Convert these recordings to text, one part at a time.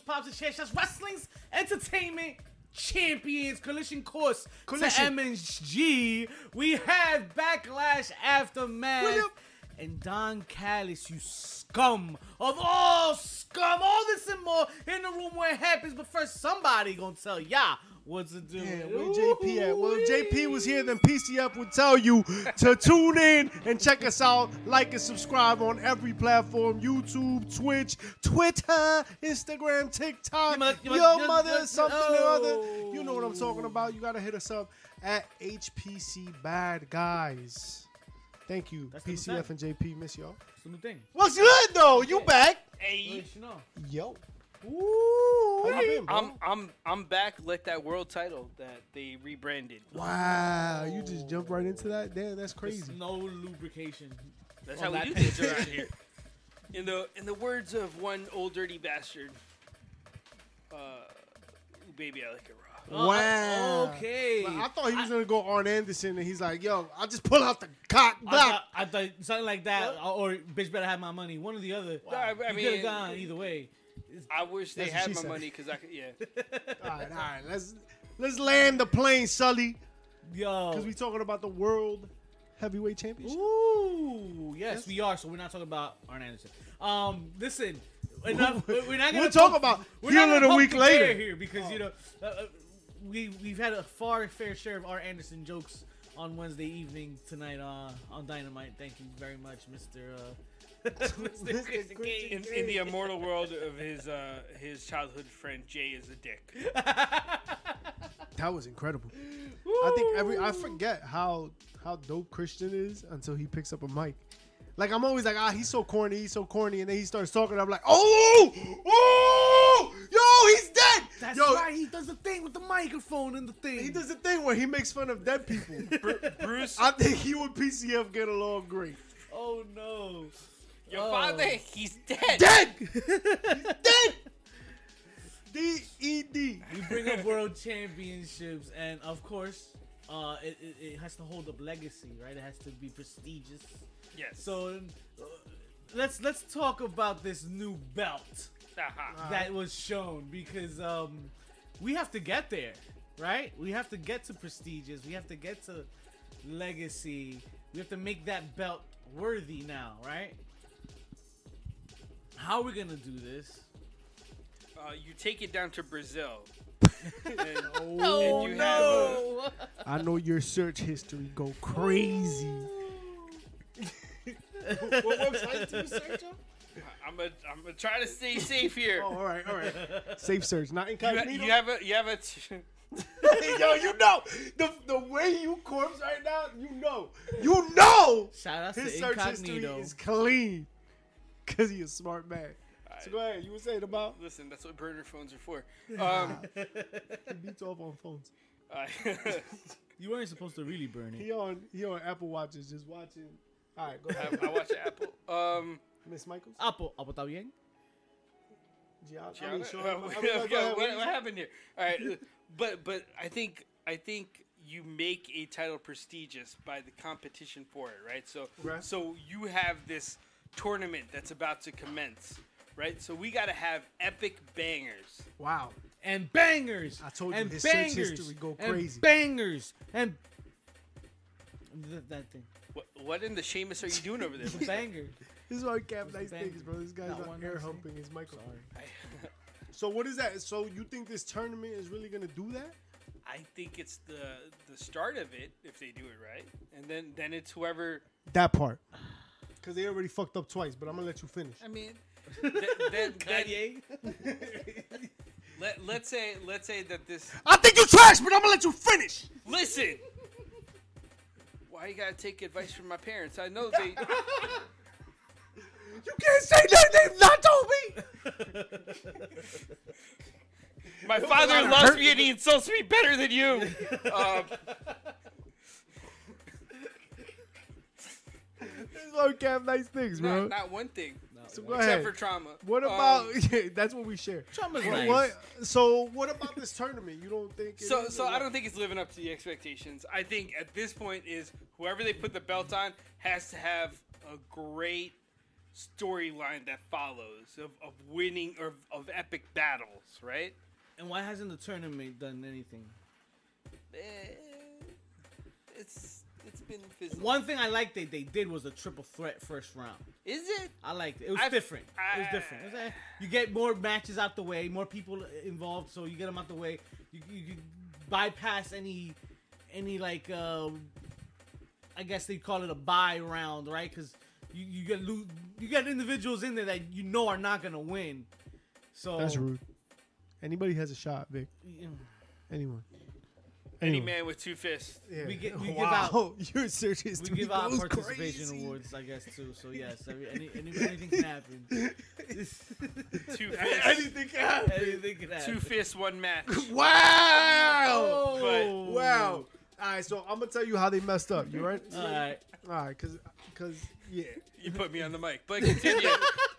Thousand Chairs, just wrestling's entertainment champions collision course Collision. to MSG. We have backlash aftermath. William. And Don Callis, you scum of all scum, all this and more in the room where it happens. But first, somebody gonna tell y'all what to do. Yeah, where JP at? Well, if JP was here, then PCF would tell you to tune in and check us out, like and subscribe on every platform: YouTube, Twitch, Twitter, Instagram, TikTok. Your mother- your Your, mother- your- mother, your- is something or other. You know what I'm Oh. talking about. You gotta hit us up at HPC Bad Guys. Thank you, That's number PCF and JP. Miss y'all. It's the new thing. What's good though? You back? Hey, Let you know. Yo. Ooh, How you been, bro? I'm I'm I'm back. Let that world title that they rebranded. Wow, you just jumped right into that? Damn, There's that's crazy. no lubrication. That's on how we that do page things around here. In the in the words of one old dirty bastard, uh, "Ooh, baby, I like it raw. Uh, Wow. okay. I thought he was gonna go Arn Anderson, and he's like, "Yo, I just pull out the cock I block." thought, I thought something like that, or bitch better have my money. One or the other. No, I- I you could mean- have gone either way. I wish they That's what she had my said. money because I could. Yeah, all right, all right, let's let's land the plane, Sully, Yo. because we talking about the world heavyweight championship. Ooh, yes, Yes. we are. So we're not talking about Arn Anderson. Um, listen, enough, we're not gonna We'll talk talk about we're not heel gonna of the poke week the later. Oh. bear here because you know uh, uh, we we've had a far fair share of Arn Anderson jokes on Wednesday evening tonight uh, on Dynamite. Thank you very much, Mister. Uh, Mr. Christian Cage. in, in the immortal world of his uh, his childhood friend Jay is a dick. That was incredible. I think every I forget how how dope Christian is until he picks up a mic. Like I'm always like, ah, he's so corny, he's so corny, and then he starts talking. I'm like, oh, oh, yo, he's dead. That's yo, right. He does the thing with the microphone and the thing. He does the thing where he makes fun of dead people. Bruce, I think he would PCF get along great. Oh no. your Oh. father, he's dead. Dead. dead. D E D. We bring up world championships, and of course, uh, it, it, it has to hold up legacy, right? It has to be prestigious. Yes. So uh, let's let's talk about this new belt Aha. that was shown because um, we have to get there, right? We have to get to prestigious. We have to get to legacy. We have to make that belt worthy now, right? How are we gonna do this? Uh, you take it down to Brazil. And- Oh you no! I know your search history go crazy. what websites do you search on? I'm gonna I'm gonna try to stay safe here. Oh, all right, all right. Safe search, not you, ha- incognito. you have a you have a t- Yo, you know the the way you corpse right now. You know, you know Shout out his to search history Incognito. is clean because he a smart man. So go ahead. You were saying about listen. That's what burner phones are for. Um, he beats off on phones. I- you weren't supposed to really burn it. He on he on Apple Watches just watching. All right, go I, ahead. I watch Apple. Um, Miss Michaels. Apple, Apple está bien? Gianna. I Gianna- mean, Sean, uh, I mean, what, go ahead, go ahead. what happened here? All right, uh, but but I think I think you make a title prestigious by the competition for it, right? So Right. so you have this tournament that's about to commence, right? So we got to have epic bangers. Wow. And bangers. I told you and his search history go and crazy. bangers and Th- that thing. What, what in the Seamus are you doing over there? It's a banger. This is why cap Who's nice the banger? things, bro. This guy's Not not, one air nice thing? humping his microphone. Sorry. I- So what is that? So you think this tournament is really gonna do that? I think it's the the start of it if they do it right, and then then it's whoever. That part. Cause they already fucked up twice, but I'm gonna let you finish. I mean, th- then, then, Kanye. let, let's say let's say that this. I think you trash, but I'm gonna let you finish. Listen. Why you gotta take advice from my parents? I know they. You can't say that they've not told me. My father loves me and he insults me better than you. Um, This is why cap nice things, bro. not, not one thing, so go except ahead. for trauma. what Um, about? that's what we share. Trump is What, nice. what? So what about this tournament? You don't think? it So, is so or I what? don't think it's living up to the expectations. I think at this point is whoever they put the belt on has to have a great storyline that follows of, of winning or of epic battles, right? And why hasn't the tournament done anything? Eh, It's it's been physical. One thing I liked they they did was a triple threat first round. is it? I liked it. It was I've- different. it was different. I- It was, eh, you get more matches out the way, more people involved, so you get them out the way. You you, you bypass any any like uh, I guess they call it a buy round, right? Because you you get lo- you got individuals in there that you know are not gonna win. So That's rude. Anybody has a shot, Vic. you know, Anyone. Any Anyone. man with two fists. Yeah. We get- we give wow, out- your searches we to give out goes participation crazy. awards, I guess, too. So yes, every, any, any, anything can happen. Two fists. Anything can happen. anything can happen. two fists, one match. Wow! Oh. Wow. All right, so I'm gonna tell you how they messed up. You right? All right. All right, cause, cause, yeah. You put me on the mic. But continue.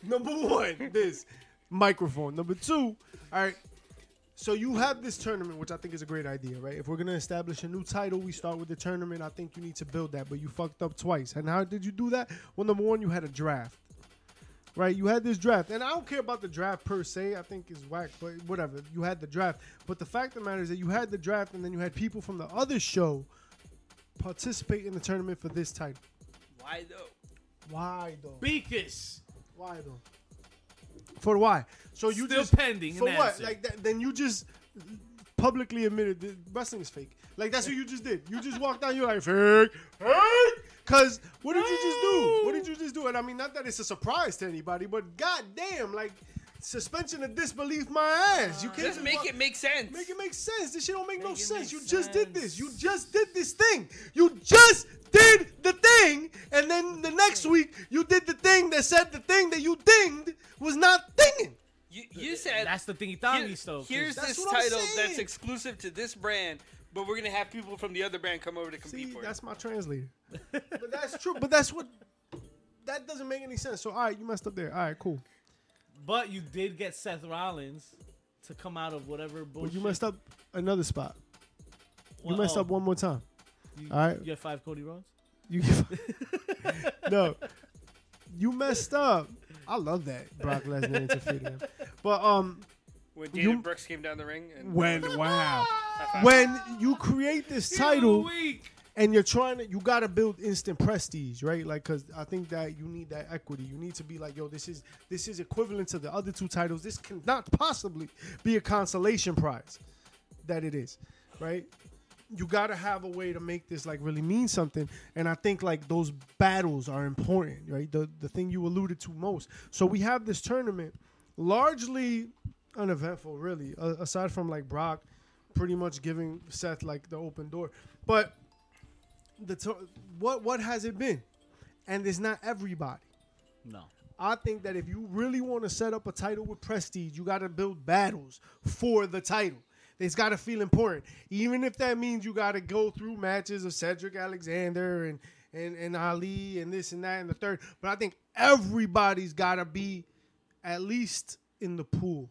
Number one, this microphone. Number two, all right. So you have this tournament, which I think is a great idea, right? If we're gonna establish a new title, we start with the tournament. I think you need to build that, but you fucked up twice. And how did you do that? Well, number one, you had a draft, right? You had this draft, and I don't care about the draft per se. I think is whack, but whatever. You had the draft, but the fact of the matter is that you had the draft, and then you had people from the other show participate in the tournament for this title. Why though? Why though? Beakus. Why though? For why? So you Still just, pending For an what? answer. Like that, then you just publicly admitted that wrestling is fake. Like that's what you just did. You just walked down. You're like fake, fake. Cause what did you just do? What did you just do? And I mean, not that it's a surprise to anybody, but goddamn, like suspension of disbelief, my ass. You can't Just make fuck- it make sense. Make it make sense. This shit don't make, no Make it sense. make you just did sense. this. You just did this thing. You just did the thing. And then the next week, you did the thing that said the thing that you dinged was not thinging. you, you said That's the thingy Here- thingy stuff. Here's That's this what I'm title that's saying. exclusive to this brand, but we're gonna have people from the other brand come over to compete See, for that's my translator. but that's true. But that's what. That doesn't make any sense. So, all right, you messed up there. All right, cool. but you did get Seth Rollins to come out of whatever bullshit. But you messed up another spot. You Well, messed oh, up one more time. You, all right. You have five Cody Rhodes. You no, you messed up. I love that Brock Lesnar interfered. in him. But um, it. When David you- Brooks came down the ring, and when wow, High five. when you create this title Week. and you're trying to you got to build instant prestige right like because i think that you need that equity you need to be like yo this is this is equivalent to the other two titles this cannot possibly be a consolation prize that it is right you got to have a way to make this like really mean something and i think like those battles are important right the the thing you alluded to most so we have this tournament largely uneventful really a- aside from like brock pretty much giving seth like the open door but the to- what what has it been? And it's not everybody. No. I think that if you really want to set up a title with prestige, you got to build battles for the title. It's got to feel important, even if that means you got to go through matches of Cedric Alexander and and and Ali and this and that and the third. But I think everybody's got to be at least in the pool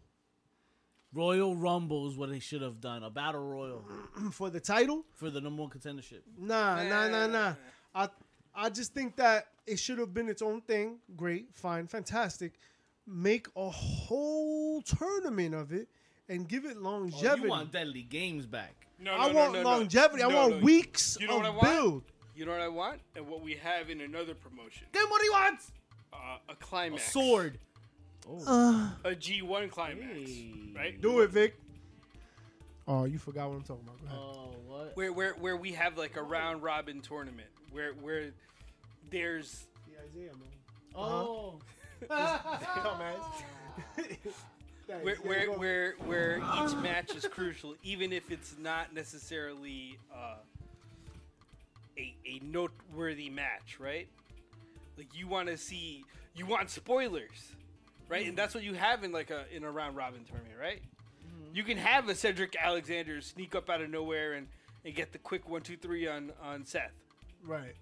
Royal Rumble is what they should have done. A battle royal for the title. for the number one contendership. Nah, nah, nah, nah. I I just think that it should have been its own thing. Great, fine, fantastic. Make a whole tournament of it and give it Oh, longevity. you want Deadly Games back? no, I want longevity. I No, want no. weeks You know of what I want? build. You know what I want, and what we have in another promotion, Give him what he wants. uh, a climax, Sword. Oh. Uh, a G one climax, Hey. right? Do it, Vic. Oh, you forgot what I'm talking about. Go ahead. Oh what? Where where where we have like a round robin tournament, where where there's Uh, uh-huh. Oh. where where where, where each match is crucial, even if it's not necessarily uh, a a noteworthy match, right? Like you want to see, you want spoilers, right? Mm. And that's what you have in like a in a round robin tournament, right? Mm-hmm. You can have a Cedric Alexander sneak up out of nowhere and, and get the quick one two three on on Seth. Right.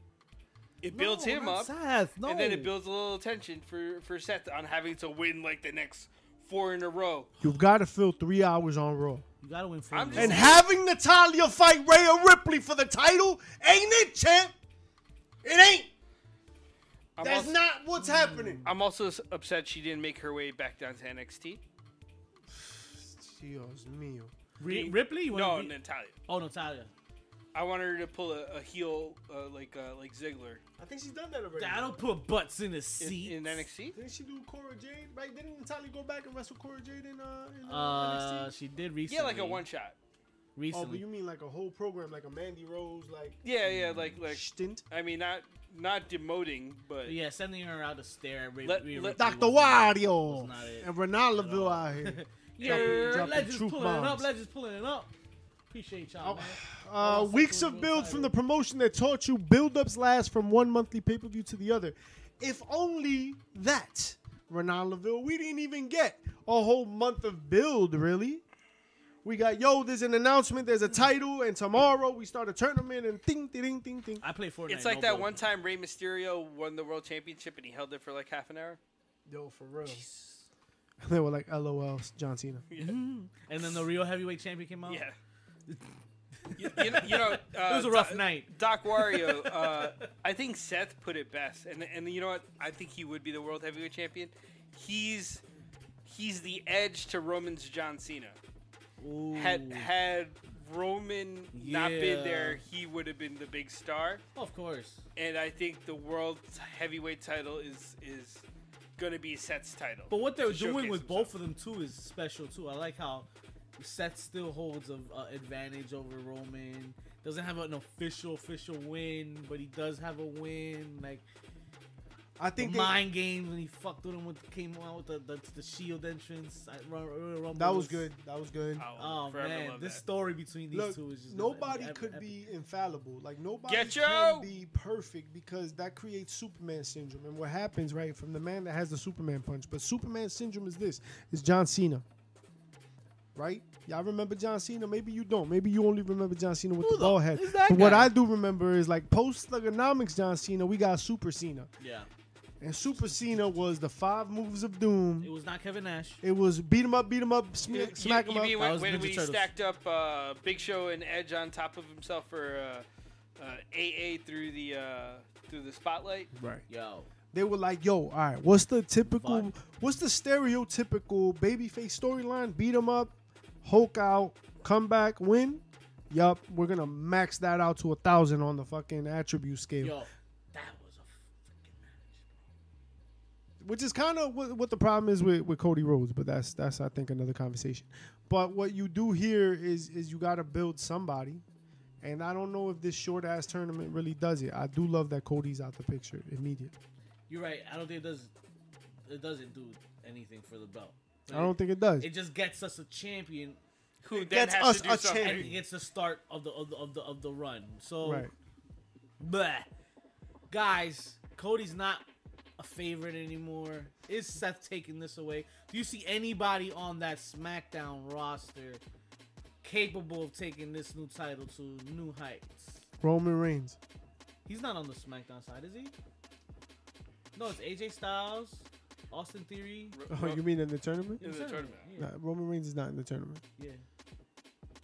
It builds No, him not up, Seth. No. and then it builds a little tension for for Seth on having to win like the next four in a row. You've got to fill three hours on Raw. You gotta win four. I'm man. just- And having Natalia fight Rhea Ripley for the title ain't it, champ? It ain't. I'm That's also- not What's happening? I'm also s- upset she didn't make her way back down to NXT. Dios mío. Ri- Be- Ripley? You wanna No, be- Natalia. Oh, Natalia. I want her to pull a, a heel uh, like uh, like Ziggler I think she's done that already. I don't put butts in the in, seat. in NXT. Didn't she do Cora Jade? Like, didn't Natalia go back and wrestle Cora Jade in, uh, in uh, Uh, NXT? she did recently. Yeah, like a one shot. Oh, but Recently. you mean like a whole program, like a Mandy Rose, like, Yeah, yeah, like like. stint? I mean, not not demoting, but yeah, sending her out to stare at Ri- Let- Rhea let- Ripley Dr. was not- Wario was not it and at all. Ronaldoville out here. Yeah, dropping legends truth pulling it up. bombs. Legends pulling it up. Appreciate y'all, man. Uh, weeks of build from the promotion that taught you build-ups last from one monthly pay-per-view to the other. If only that, Ronald LaVille, we didn't even get a whole month of build, really. We got, yo, there's an announcement, there's a title, and tomorrow we start a tournament, and ding, ding, ding, ding, ding. I play Fortnite. it's like no that build. one time Rey Mysterio won the world championship and he held it for like half an hour. Yo, for real. they were like, LOL, John Cena. Yeah, And then the real heavyweight champion came out. yeah. you, you know, you know uh, Oh. It was a rough Doc- night. Doc Wario, uh, I think Seth put it best, and and you know what? I think he would be the world heavyweight champion. He's he's the edge to Roman's John Cena. Had Ooh. had Roman not Yeah. been there, he would have been the big star. Of course. And I think the world heavyweight title is is gonna be Seth's title. But what they're to doing showcase with himself. both of them too is special too. I like how Seth still holds an uh, advantage over Roman. Doesn't have an official official win, but he does have a win. Like I the think they- mind games when he fucked with him with came out with the, the, the Shield entrance. at Ro- Royal Rumble that was good. That was good. I'll Oh forever man, love this that. story between these Look, two is just nobody epic, could epic. be infallible. Like nobody Get can you! be perfect because that creates Superman syndrome. And what happens, right, from the man that has the Superman punch, but Superman syndrome is this: is John Cena, right? Y'all remember John Cena? Maybe you don't. Maybe you only remember John Cena with Who the, the- ball head. is that But what guy? I do remember is like post Slugonomics John Cena, we got Super Cena, Yeah, and Super Cena was the five moves of doom. it was not Kevin Nash. It was beat him up, beat him up, You- smack, you- smack you him up. mean That when, was when Ninja we Turtles. stacked up uh, Big Show and Edge on top of himself for uh, uh, AA through the uh, through the spotlight? Right. Yo, they were like, "Yo, all right, what's the typical, Vibe. what's the stereotypical babyface storyline? Beat him up, Hulk out, come back, win. Yup, we're gonna max that out to a thousand on the fucking attribute scale, yo, that was a freaking match. which is kind of what, what the problem is with, with Cody Rhodes. But that's that's I think another conversation. But what you do here is is you gotta build somebody." And I don't know if this short ass tournament really does it. I do love that Cody's out the picture immediately. You're right. I don't think it does. It doesn't do anything for the belt. I don't think it does. it just gets us a champion Who then gets has us to do a something? and champion. it gets the start of the of the of the, of the run. So, Right. bleh. guys, Cody's not a favorite anymore. Is Seth taking this away? Do you see anybody on that SmackDown roster capable of taking this new title to new heights? Roman Reigns. He's not on the SmackDown side, is he? No, it's AJ Styles, Austin Theory. Oh, you mean in the tournament? In the tournament. Yeah, Nah, Roman Reigns is not in the tournament. yeah.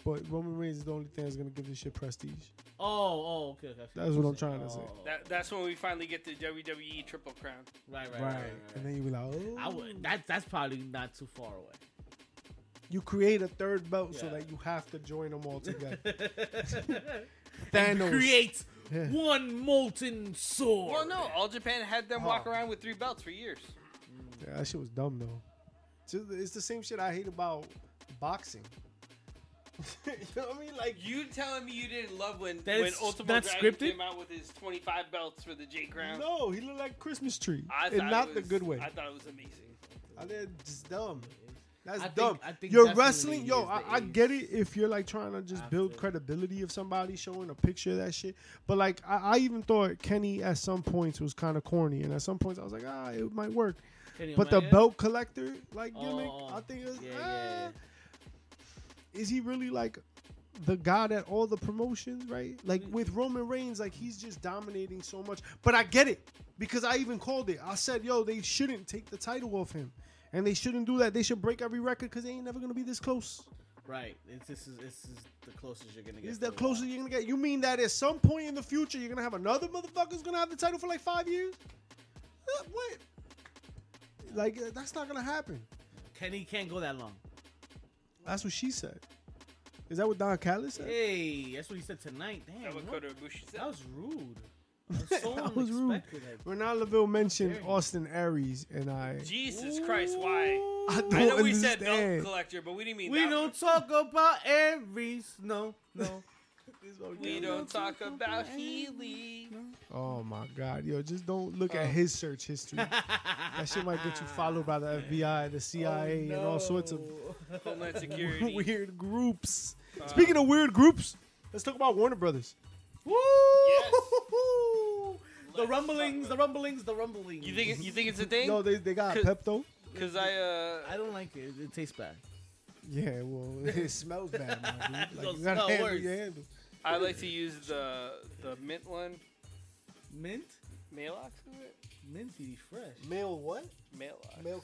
But Roman Reigns is the only thing that's gonna give this shit prestige. Oh, oh, okay. okay, I see That's you're what I'm saying. trying to say. Oh, That, that's when we finally get the WWE Triple Crown. right, right, right. right, right. And then you be like, oh, I would. That that's probably not too far away. you create a third belt so Yeah. that you have to join them all together. And Thanos. Create Yeah. one molten sword. Well, no, All Japan had them walk Oh. around with three belts for years. Yeah, that shit was dumb though. It's just- It's the same shit I hate about boxing. you know what I mean? Like, You telling me you didn't love when That when is Ultimate not Dragon scripted? came out with his 25 belts for the J Crown? no, he looked like Christmas tree, I and thought it not the was- good way. I thought it was amazing. I think it's just dumb. That's I think- dumb. I think you're definitely wrestling, he yo. is I, the I ace. get it if you're like trying to just I build feel- credibility of somebody, showing a picture of that shit. But like, I, I even thought Kenny at some points was kind of corny, and at some points I was like, ah, it might work. Kenny But the Omega? belt collector like Oh, gimmick, oh. I think, is, Yeah, yeah, ah. is he really like the god at all the promotions? Right? Like with Roman Reigns, like he's just dominating so much. But I get it because I even called it. I said, yo, they shouldn't take the title off him. And they shouldn't do that. They should break every record because they ain't never gonna be this close. right. It's, this is this is the closest you're gonna get. Is for a the while. closest you're gonna get? You mean that at some point in the future you're gonna have another motherfucker who's gonna have the title for like five years? Uh, What? Like uh, that's not gonna happen. Kenny can't go that long. That's what she said. Is that what Don Callis said? Hey, that's what he said tonight. Damn, That what what- Kota Ibushi said. that was rude. That was so That unexpected. was rude. like- Renata Laville mentioned Dang. Austin Aries, and I. Jesus Christ, I why? Ooh. don't I know we said understand. belt collector, but we didn't mean We that. don't talk about Aries. No, no. one. we don't talk about Healy. Oh my God, yo! Just don't look Oh. at his search history. that shit might get you followed by the FBI, the Oh, CIA, and all sorts of Homeland Security. Uh, weird groups. Speaking of weird groups, let's talk about Warner Brothers. Woo! Yes. The Let's rumblings, talk the rumblings, the rumblings. you think it- you think it's a thing? Yo, they they got Could- Pepto. Because I uh, I don't like it. It tastes bad. Yeah, well, it smells bad, my dude. Like, Don't you gotta smell handle worse. your handle. I like to use the the mint one. Mint, Malox is it? minty, fresh. Male what? Malox. Male.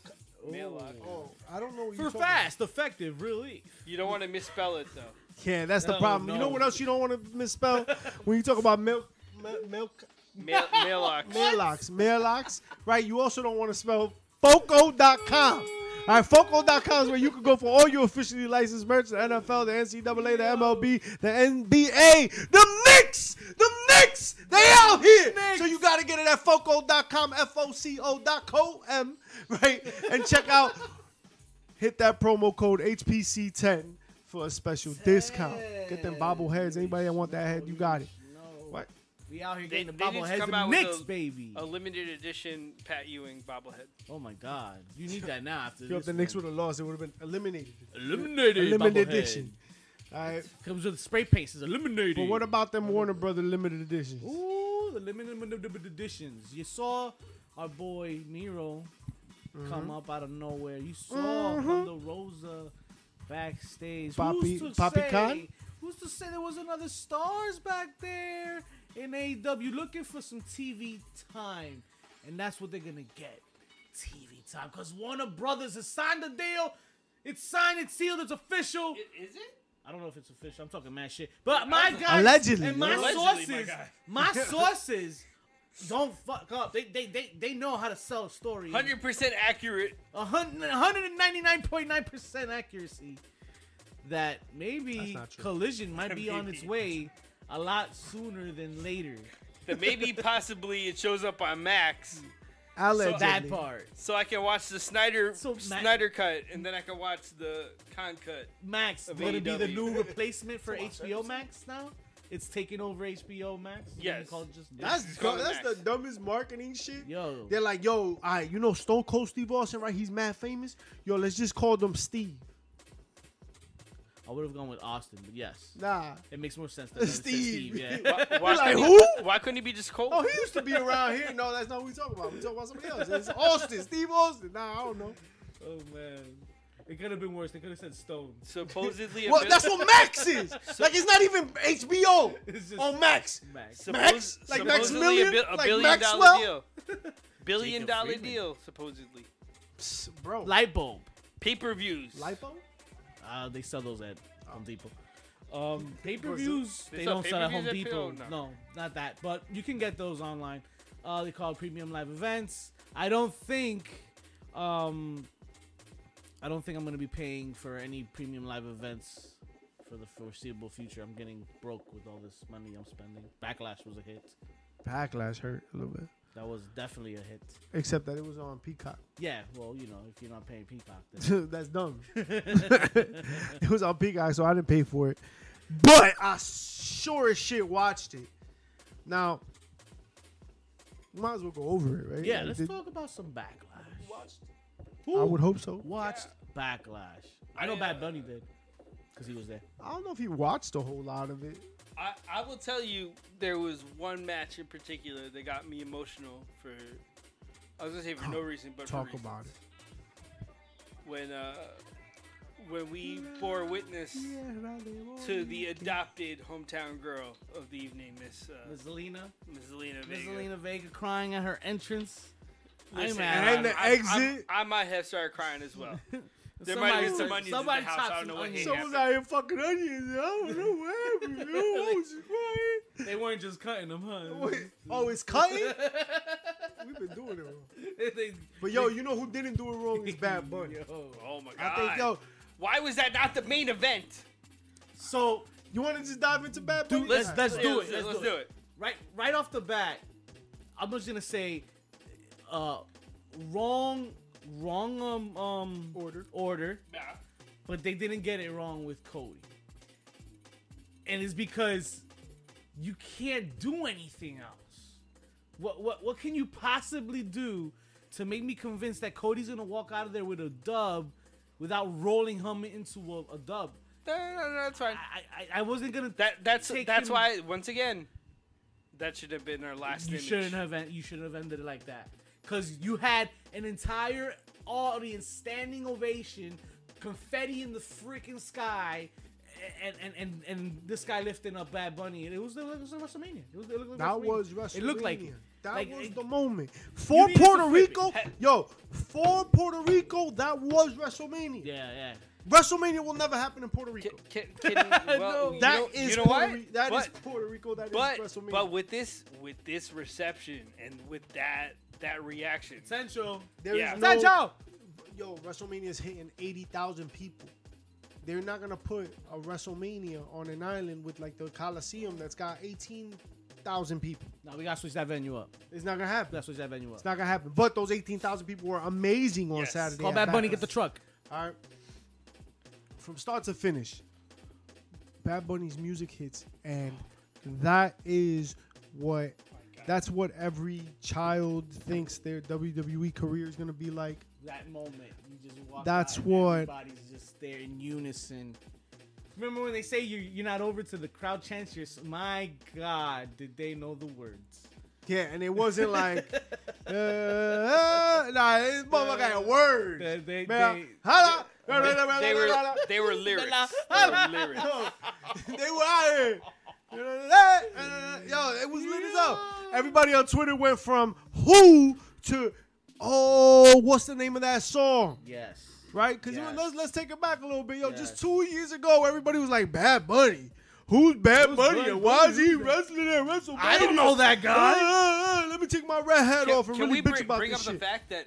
Malox. Oh, I don't know. What For you're talking fast, effective relief. You don't want to misspell it though. about. Yeah, that's the No, problem. You know no. what else you don't want to misspell when you talk about milk, milk, milk Mal- Malox. mailocks, mailocks. Right. You also don't want to spell foco.com. All right, Foco.com is where you can go for all your officially licensed merch, the NFL, the NCAA, the MLB, the NBA, the Knicks, the Knicks, they out here. So you got to get it at Foco.com, F-O-C-O.com, right? And check out, hit that promo code HPC10 for a special discount. Get them bobbleheads. Anybody that want that head, you got it. No. What? We out here They- getting the they need to bobbleheads come and out with Knicks, a- baby. A limited edition Pat Ewing bobblehead. oh my God, you need that now. After Yo, if this the Knicks one. would have lost, it would have been eliminated. eliminated, limited bobblehead. edition. All right. Comes with spray paint. Says eliminated. But what about them Warner Brother limited editions? Ooh, the limited limited editions. You saw our boy Nero come up out of nowhere. You saw Thunder Rosa backstage. Poppy- who's to Poppy say, Khan? Who's to say there wasn't other stars back there in AEW looking for some TV time? And that's what they're gonna get. TV time. Cause Warner Brothers has signed the deal. It's signed, it's sealed, it's official. Is it? I don't know if it's official. I'm talking mad shit. But my guys Allegedly, and my yo. Allegedly, my sources, guy. my, sources don't fuck up. They they they, they know how to sell a story. Hundred percent accurate. A hun- 199.9% accuracy that That's maybe not true. collision might be on its Maybe. way a lot sooner than later. That maybe possibly it shows up on Max, Allegedly. That part. so I can watch the Snyder So Ma- Snyder cut, and then I can watch the con cut. Max Of going to be the AEW. new replacement for HBO Max now? It's taking over HBO Max? You can Yes. call it just- That's It's dumb- called that's Max. the dumbest marketing shit. Yo. They're like, yo, all right, you know Stone Cold Steve Austin, right? He's mad famous. Yo, let's just call them Steve. I would have gone with Austin, but yes. Nah. It makes more sense than Steve. Steve. Yeah. Why, why like, couldn't- who? Why couldn't he be just Cole? Oh, he used to be around here. No, that's not what we talking about. We talking about somebody else. It's Austin, Steve Austin. Nah, I don't know. Oh man, it could have been worse. They could have said Stone. Supposedly, Well, avail- that's what Max is. Like, it's not even HBO It's just- on Max. Max. suppos- Max? Like Max supposedly a, Million? bi- a Like billion dollar Maxwell? deal. billion Jacob dollar Friedman. deal, supposedly. Psst, bro. Light bulb. Pay per views. Lipo? Uh, they sell those at Home Depot. Um, pay per views. They They sell don't sell at Home pay-per-views at Depot. P.O.? No. No. not that. But you can get those online. Uh, they call it premium live events. I don't think. Um, I don't think I'm gonna be paying for any premium live events for the foreseeable future. I'm getting broke with all this money I'm spending. Backlash was a hit. Backlash hurt a little bit. That was definitely a hit. Except that it was on Peacock. Yeah, well, you know, if you're not paying Peacock, then That's dumb. it was on Peacock, so I didn't pay for it. But I sure as shit watched it. Now, might as well go over it, right? Yeah, Like, let's did- talk about some backlash. I would hope so. Watched backlash. I know I, uh, Bad Bunny did because he was there. I don't know if he watched a whole lot of it. I, I will tell you, there was one match in particular that got me emotional for. I was gonna say for no reason, but for Talk reasons. about it. when uh, when we bore witness to the adopted hometown girl of the evening, Miss uh, Miss Zelina, Miss Elena Miss Vega. Zelina Vega crying at her entrance. Listen, I'm I- out. And the I- I, exit. I might have started crying as well. There might have been some onions in the house. I don't know what happened. Someone's out here fucking onions. I don't know what happened. yo. I was just crying. They weren't just cutting them, huh? Wait, oh, it's cutting? We've been doing it wrong. They- But yo, you know who didn't do it wrong is Bad Bunny. Yo. Oh my god. I think yo, Why was that not the main event? So you want to just dive into Bad Bunny? let's- Alright. let's Yeah, do it, Let's, let's let's do do it. right right off the bat, I'm just gonna say, uh, wrong wrong um um Order. order, Yeah. but they didn't get it wrong with Cody, and it's because you can't do anything else. What what what can you possibly do to make me convinced that Cody's gonna walk out of there with a dub without rolling him into a, a dub? No, no, no, no, that's fine. I, I I wasn't gonna That that's Take that's him- why once again, that should have been our last You image. shouldn't have. en- You shouldn't have ended it like that, because you had an entire audience standing ovation, confetti in the freaking sky, a- and and and, and this guy lifting up Bad Bunny. It was the, it was the WrestleMania. It was, it looked like That WrestleMania. was WrestleMania. It looked like it. that Like, was it- the moment for needed to Puerto flip it. Rico. Hey. Yo, for Puerto Rico, that was WrestleMania. Yeah, yeah. WrestleMania will never happen in Puerto Rico. Can, can, can, well, No. you That know, is you know Puerto what? Ri- that is but, Puerto Rico. That is but, WrestleMania. but with this with this reception and with that that reaction, Sancho. There is yeah. no- Sancho. yo, WrestleMania is hitting eighty thousand people. They're not gonna put a WrestleMania on an island with like the Coliseum that's got eighteen thousand people. No, we gotta switch that venue up. It's not We gonna happen. gotta switch that venue It's up. not gonna happen. But those eighteen thousand people were amazing on Yes. Saturday. Call at Bad Bunny. Get Backlash. the truck. All right. From start to finish, Bad Bunny's music hits, and that is what. That's what every child thinks their WWE career is gonna be like. That moment, you just walk. That's out what- And everybody's just there in unison. Remember when they say you you're not over to the crowd chants? You're, s- my God, did they know the words? Yeah, and it wasn't like, uh, uh, nah, this motherfucker had words. They- they- Man, they- holla, they, blah, blah, blah, they blah, were blah, they were lyrics. They were lyrics. blah. they were out here. uh, Yo, it was lit as up. Everybody on Twitter went from who to oh, what's the name of that song? Yes. Right? Because Yes. let's let's take it back a little bit. Yo, Yes. just two years ago, everybody was like, Bad Bunny. Who's Bad Who's Bunny? Bad and why is Bunny? he wrestling at WrestleMania? I don't know that guy. Uh, uh, uh, let me take my red hat Can, off and can really we bitch bring, about bring up this shit. the fact that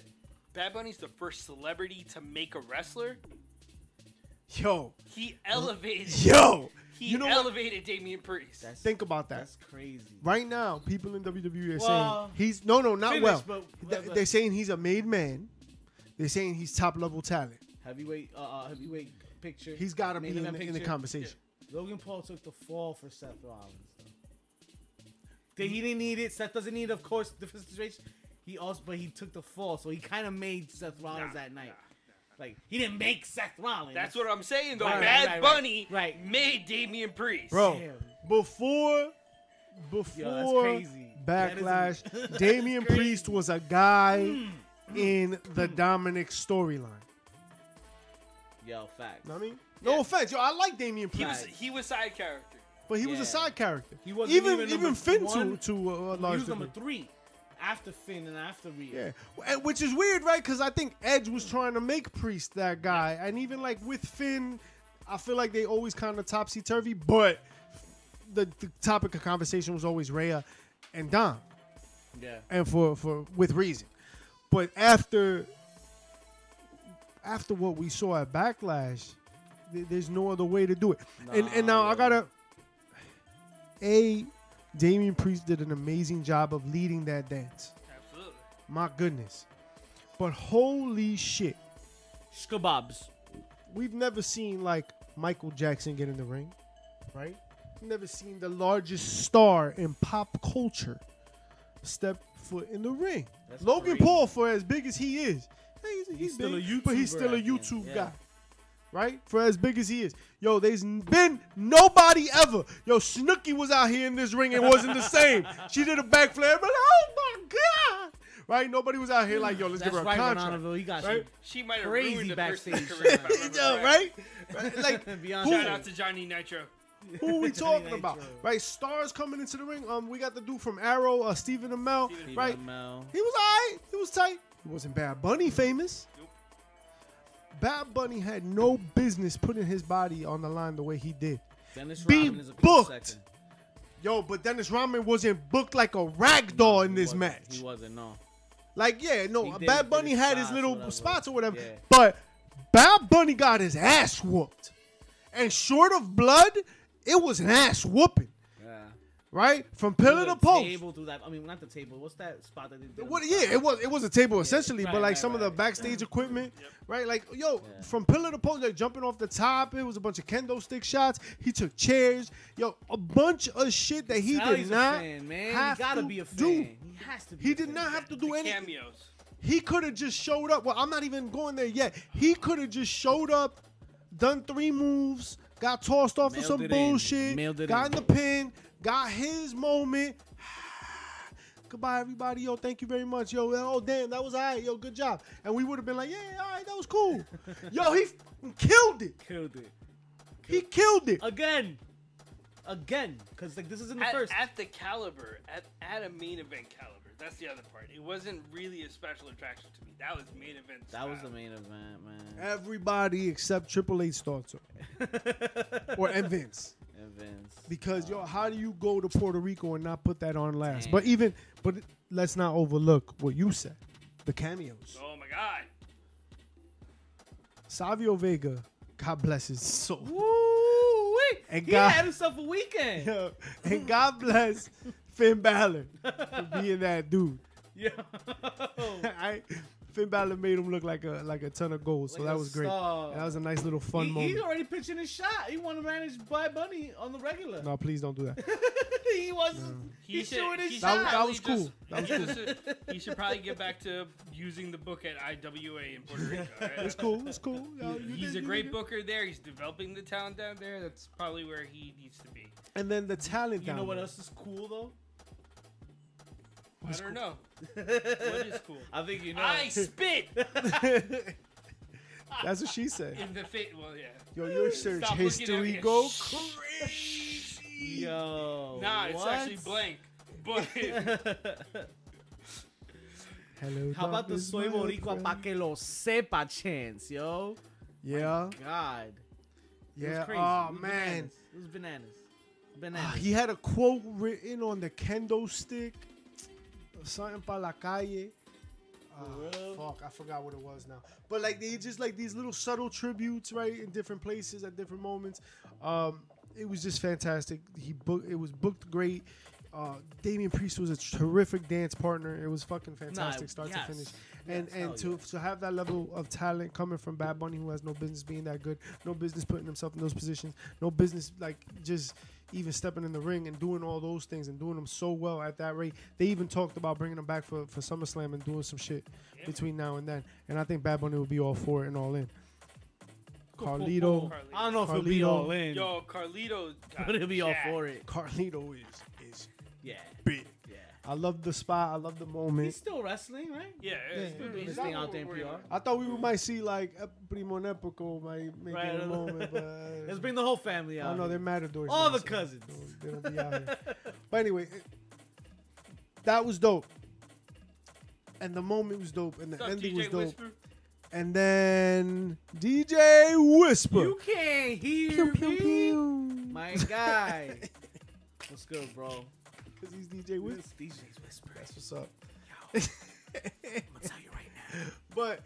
Bad Bunny's the first celebrity to make a wrestler? yo, He elevated. yo, He you know what? elevated Damian Priest. That's- Think about that. That's crazy. Right now, people in WWE are Well, saying he's no, no, not finish, well. but- Th- They're saying he's a made man. They're saying he's top level talent. Heavyweight, uh, uh, heavyweight picture. He's got to be Main in the, event in the picture. conversation. Logan Paul took the fall for Seth Rollins. though. Did he didn't need it? Seth doesn't need, of course, the situation. He also, but he took the fall, so he kind of made Seth Rollins Nah, that night. Like he didn't make Seth Rollins. That's what I'm saying, though. Right, Bad right, right, Bunny right. made Damian Priest. Bro, Damn. before before crazy. That is- backlash, that's Damian crazy. Mm. Priest was a guy in the Dominic storyline. yo facts. Know what I mean, no Yeah. offense, yo, I like Damian he Priest. was he was side character. But he was Yeah. a side character. He wasn't even even even, number Finn one. to to a, a he large was number degree. three, after Finn and after Rhea. Yeah, And- which is weird, right? Because I think Edge was trying to make Priest that guy, and even like with Finn, I feel like they always kind of topsy turvy. But the, the topic of conversation was always Rhea and Dom, yeah. and for for with reason. But after after what we saw at Backlash, th- there's no other way to do it. and and now Nah, I yo. gotta a Damian Priest did an amazing job of leading that dance. Absolutely. My goodness, but holy shit, Shkebabs. we've never seen like Michael Jackson get in the ring, right? We've never seen the largest star in pop culture step foot in the ring. That's Logan crazy. Paul, for as big as he is, hey, he's, he's, still big, a but he's YouTuber still a at the end, YouTube yeah. guy. Right? For as big as he is. Yo, there's n- been nobody ever. Yo, Snooki was out here in this ring and wasn't the same. She did a backflip, but oh my God. Right? Nobody was out here like, yo, let's That's give her a right, contract. Ronaldo. He got right? you. She might have Crazy ruined the person's backstage career. if I remember Yo, right? Right? correct. Like, Beyonce. who, Shout out to Johnny Nitro. who we talking Nitro. about? Right? Stars coming into the ring. Um, We got the dude from Arrow, uh, Stephen Amell. Stephen right? Mel. He was all right. He was tight. He wasn't Bad Bunny famous. Nope. Bad Bunny had no business putting his body on the line the way he did. Dennis Be Rodman is a close booked. second. Yo, but Dennis Rodman wasn't booked like a rag doll in He this wasn't- match. He wasn't, no. Like, yeah, He no, did Bad it for Bunny the had his spots, little whatever. spots or whatever, Yeah. but Bad Bunny got his ass whooped. And short of blood, it was an ass whooping, Yeah. right? From Through pillar to the post. Table through that. I mean, not the table. What's that spot that they did? on What, the yeah, side? it was it was a table essentially, but right, like right, some of the right. Mm-hmm. backstage equipment, right? Like yo, Yeah. from pillar to post, like jumping off the top, it was a bunch of kendo stick shots. He took chairs, yo, a bunch of shit that he Now did he's not a fan, man. have he gotta to be a fan. do. He has to. Be He a did fan. not have to The do anything. cameos. He could have just showed up. Well, I'm not even going there yet. He could have just showed up, done three moves, got tossed off Mailed for some it in. bullshit, Mailed it got in. in the pin, got his moment. Goodbye, everybody. Yo, thank you very much. Yo, oh damn, that was all right. Yo, good job. And we would have been like, yeah, all right, that was cool. Yo, he f***ing killed it. Killed it He killed it. again, again. Cause like this isn't the At, first. at the caliber, at, at a main event caliber. That's the other part. It wasn't really a special attraction to me. That was main event. that was the style. main event, man. Everybody except Triple H thought so, or and Vince. Events. because yo, how do you go to Puerto Rico and not put that on last? Damn. But even, but let's not overlook what you said, the cameos. Oh my god. Savio Vega, God bless his soul, Woo! And He God- had himself a weekend. Yo, and God bless Finn Balor for being that dude. Yo. I, Finn Balor made him look like a like a ton of gold, so Like that a was great. star. That was a nice little fun he, moment. he's already pitching his shot. He want to manage Bad Bunny on the regular. no, please don't do that. he was. He's should- shooting his he should shot. That was- that probably was cool. just- That was he just- he should probably get back to using the book at IWA in Puerto Rico. Right? It's cool. It's cool. Yo, you He's did- a you great did- booker there. He's developing the talent down there. That's probably where he needs to be. And then the talent. you know down what there. else is cool though? I don't know. What is cool? I think you know. I spit That's what she said. in the face. Well, yeah. Yo, your search Stop looking at history me. go Yo. Nah, it's what? actually blank. But Hello, How about the darkness, soy my boricua friend. pa que lo sepa chance, yo? Yeah, God. It was yeah. crazy. Oh It was Bananas. man, It was bananas. Ah, Bananas. he had a quote written on the kendo stick, something pa la calle. Ah, real? fuck, I forgot what it was now. But like they just like these little subtle tributes, right, in different places at different moments. Um, it was just fantastic. He booked. It was booked great. Uh, Damian Priest was a terrific dance partner. It was fucking fantastic, start yes. to finish. And Yes, and hell to to have that level of talent coming from Bad Bunny, who has no business being that good, no business putting himself in those positions, no business like just even stepping in the ring and doing all those things and doing them so well at that rate. They even talked about bringing him back for for SummerSlam and doing some shit between now and then. And I think Bad Bunny will be all for it and all in. Carlito, I don't know if it'll be Carlito. all in, Yo, Carlito. got but it'll be all jacked. for it. Carlito is is Yeah. big. Yeah. I love the spot. I love the He's moment. still wrestling, right? Yeah, Yeah. it's Still doing his not thing what out there in we're worried PR. about. I thought we might see like El Primo and Epico might make Right. it a moment, but uh, Let's bring the whole family out. I know here. they're matadors. All now, the cousins. They don't be out here. But anyway, it- that was dope. And the moment was dope, and the What's up, ending DJ was dope. Whisper? And then DJ Whisper. You can't hear Pew, pew, me. pew. My guy. What's good, bro? 'Cause he's DJ Whisper. It's DJ's Whisper. That's what's up. I'm gonna tell you right now. But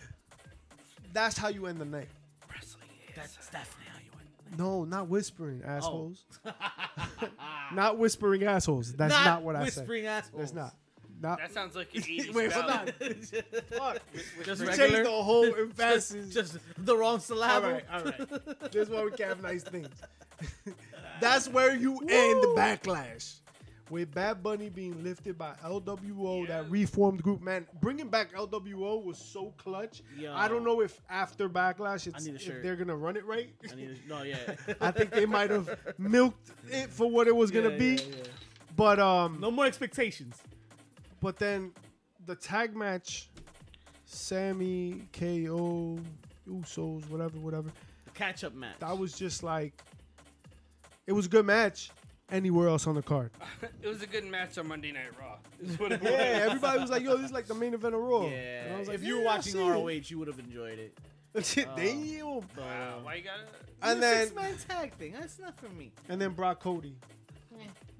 that's how you end the night. Wrestling is That's definitely how you win. No, not whispering Oh. assholes. not whispering assholes. That's not, what I Ah. said. whispering assholes. That's not. Not. That sounds like an 80s Wait, hold ballad. Fuck. just You regular. changed the whole just, emphasis. just the wrong syllable. All right, all right. That's why we can't have nice things. That's where you end the backlash. With Bad Bunny being lifted by LWO, that Yeah. reformed group, man, bringing back LWO was so clutch. Yo. I don't know if after backlash, it's, need a if shirt. they're gonna run it right. I need to, no, yeah. I think they might have milked it for what it was gonna Yeah, be, yeah, yeah. but um, No more expectations. but then the tag match, Sammy, KO, Usos, whatever, whatever. The catch-up match. that was just like it was a good match anywhere else on the card. It was a good match on Monday Night Raw. uh, Is what it Yeah, was. everybody was like, "Yo, this is like the main event of Raw." And yeah. I was like, if you were "Yeah, I watching see it." ROH, you would have enjoyed it. Uh, damn. But, Wow, um, why you gotta? And the then six-man tag thing. That's not for me. and then Brock Cody.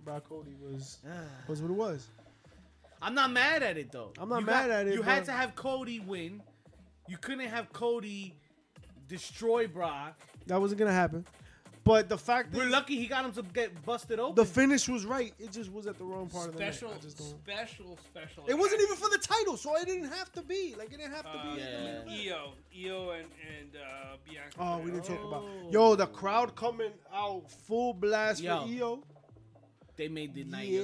Brock Cody was Ah. was what it was. I'm not mad at it though. I'm not You mad got- at it, You had but- to have Cody win. You couldn't have Cody destroy Brock. That wasn't gonna happen. But the fact We're that lucky he got him to get busted open. the finish was right, it just was at the wrong part special, of the night. I just don't- special, special. It wasn't attack. even for the title, so it didn't have to be. Like it didn't have to Uh, be. Yeah. Io, Io, E and and uh, Bianca. Oh, we Belair. didn't talk about. Oh. Yo, the crowd coming out full blast Yo. for E EO, they made the night. Yeah,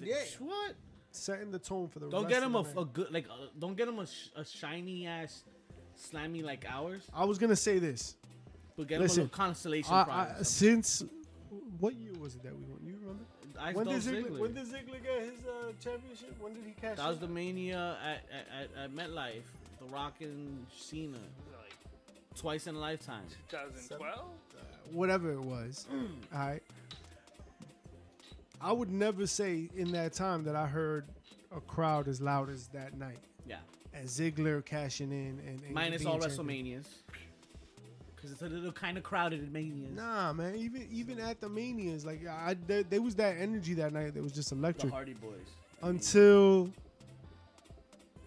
they did, yeah. What? setting the tone for the. Don't rest get of him the a, night. a good like. Uh, don't get him a, sh- a shiny ass, slammy like ours. I was gonna say this. But get him a Listen, little constellation I, I, prize. since what year was it that we won? You remember? I, When did, Ziggler, Ziggler, when did Ziggler get his uh, championship? When did he cash? that was in? the mania at, at, at, at MetLife. The Rock and Cena, Like twice in a lifetime. 2012. whatever it was. All right. I would never say in that time that I heard a crowd as loud as that night. Yeah, And Ziggler cashing in and, and minus being all champion. WrestleManias, because it's a little kind of crowded at Manias. Nah, man. Even even at the Manias, like I, there, there was that energy that night that was just the electric Hardy Boys. until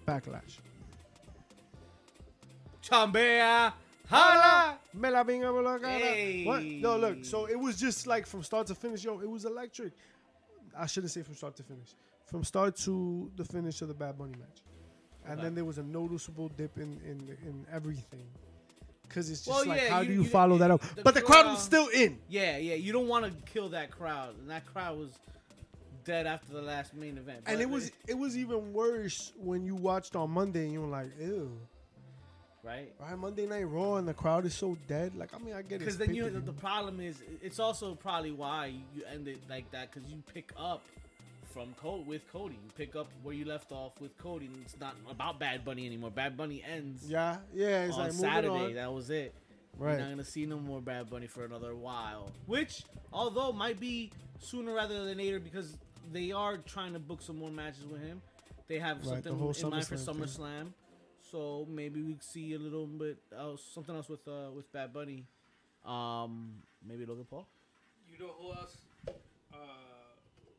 backlash. Chambea, holla! Me la venga por la cara. Hey. What? No, look. So it was just like from start to finish, yo. It was electric. I shouldn't say from start to finish. From start to the finish of the Bad Bunny match, and Okay. then there was a noticeable dip in in, in everything. Cause it's just Well, like, yeah, how you- do you, you- follow you- that up? the but the crowd crowd- was still in. Yeah, yeah. You don't want to kill that crowd, and that crowd was dead after the last main event. And But it was it was even worse when you watched on Monday and you were like, ew, right. right? Monday Night Raw and the crowd is so dead. Like, I mean, I get it. Because it's then you the, pay-per-view. the problem is it's also probably why you ended like that because you pick up from Cody with Cody. You pick up where you left off with Cody, and it's not about Bad Bunny anymore. Bad Bunny ends yeah, yeah. It's on like Saturday. moving on. That was it. Right. We're not gonna see no more Bad Bunny for another while. Which, although might be sooner rather than later, because they are trying to book some more matches with him. They have Right, the something whole in mind for SummerSlam thing. SummerSlam. So maybe we see a little bit else, something else with uh, with Bad Bunny. Um, maybe Logan Paul. You know who else? Uh,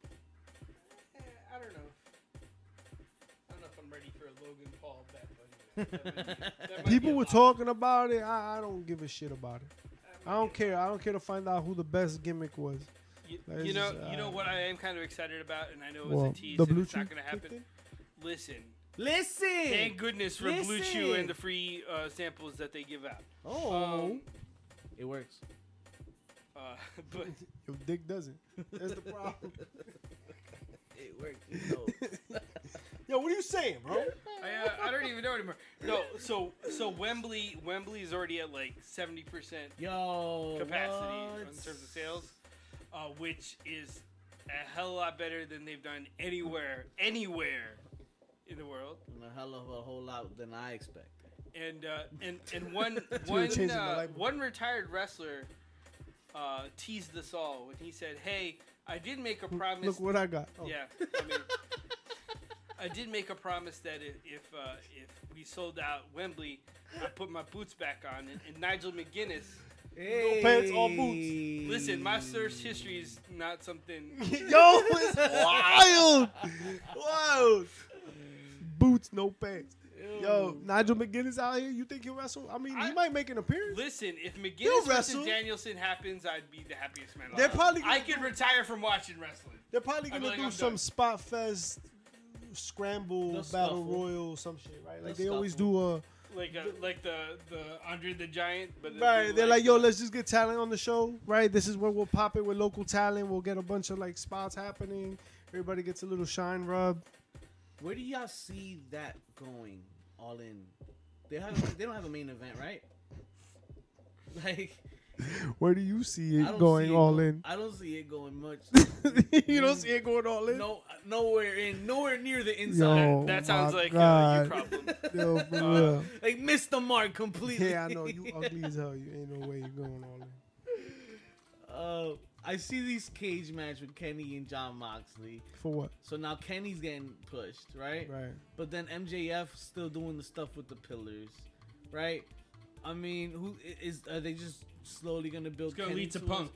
eh, I don't know. I don't know if I'm ready for a Logan Paul Bad Bunny. That might be- that might be People a were lot. talking about it. I, I don't give a shit about it. I That might don't be a care. I don't care to find out who the best gimmick was. You, That you is, know, you uh, know what I am kind of excited about, and I know it's Well, a tease, the and blue it's not chew going to kicked happen. in? Listen, Listen. thank goodness for Blue Chew listen. and the free uh, samples that they give out. oh, Um, it works. uh, but Your dick doesn't. That's the problem. It works. You know. Yo, what are you saying, bro? I, uh, I don't even know anymore. No, so so Wembley Wembley is already at like seventy percent Yo, capacity in what? terms of sales, uh, which is a hell of a lot better than they've done anywhere anywhere in the world. And a hell of a whole lot than I expected. and uh, and and one one changing the uh, light bulb. one retired wrestler uh, teased us all when he said, "Hey, I did make a promise." Look what I got. Oh. yeah, I mean, I did make a promise that i- if uh, if we sold out Wembley, I put my boots back on. And, and Nigel McGuinness, pants, all boots. Hey. listen, my search history is not something. Yo, it's wild. wild. Boots, no pants. Yo, Mm. Nigel McGuinness out here. You think he'll wrestle? I mean, he I- might make an appearance. Listen, if You'll McGinnis wrestle. versus Danielson happens, I'd be the happiest man alive. They're probably gonna I could retire from watching wrestling. They're probably I gonna feel like do I'm some done. spot fest, scramble, They'll battle scuffle. royal, some shit, right? Like They'll they always scuffle. do a. like a, like the the Andre the Giant, but Right, they're like, yo, let's just get talent on the show, right? This is where we'll pop it with local talent. We'll get a bunch of like spots happening. Everybody gets a little shine rub. Where do y'all see that going? All in. They have. They don't have a main event, right? Like Where do you see I it don't going see it all go- in? I don't see it going much. you don't see it going all in? no, nowhere in, nowhere near the inside. Uh, Yo, that sounds Oh my like uh, God. your problem. Yo, for real. Like missed the mark completely. Yeah, I know. You ugly as hell. You ain't no way you're going all in. Uh, I see these cage match with Kenny and John Moxley. For what? So now Kenny's getting pushed, right? Right. But then MJF still doing the stuff with the pillars, right? I mean, who i- is are they just slowly gonna build? It's gonna Kenny lead to towards- Punk.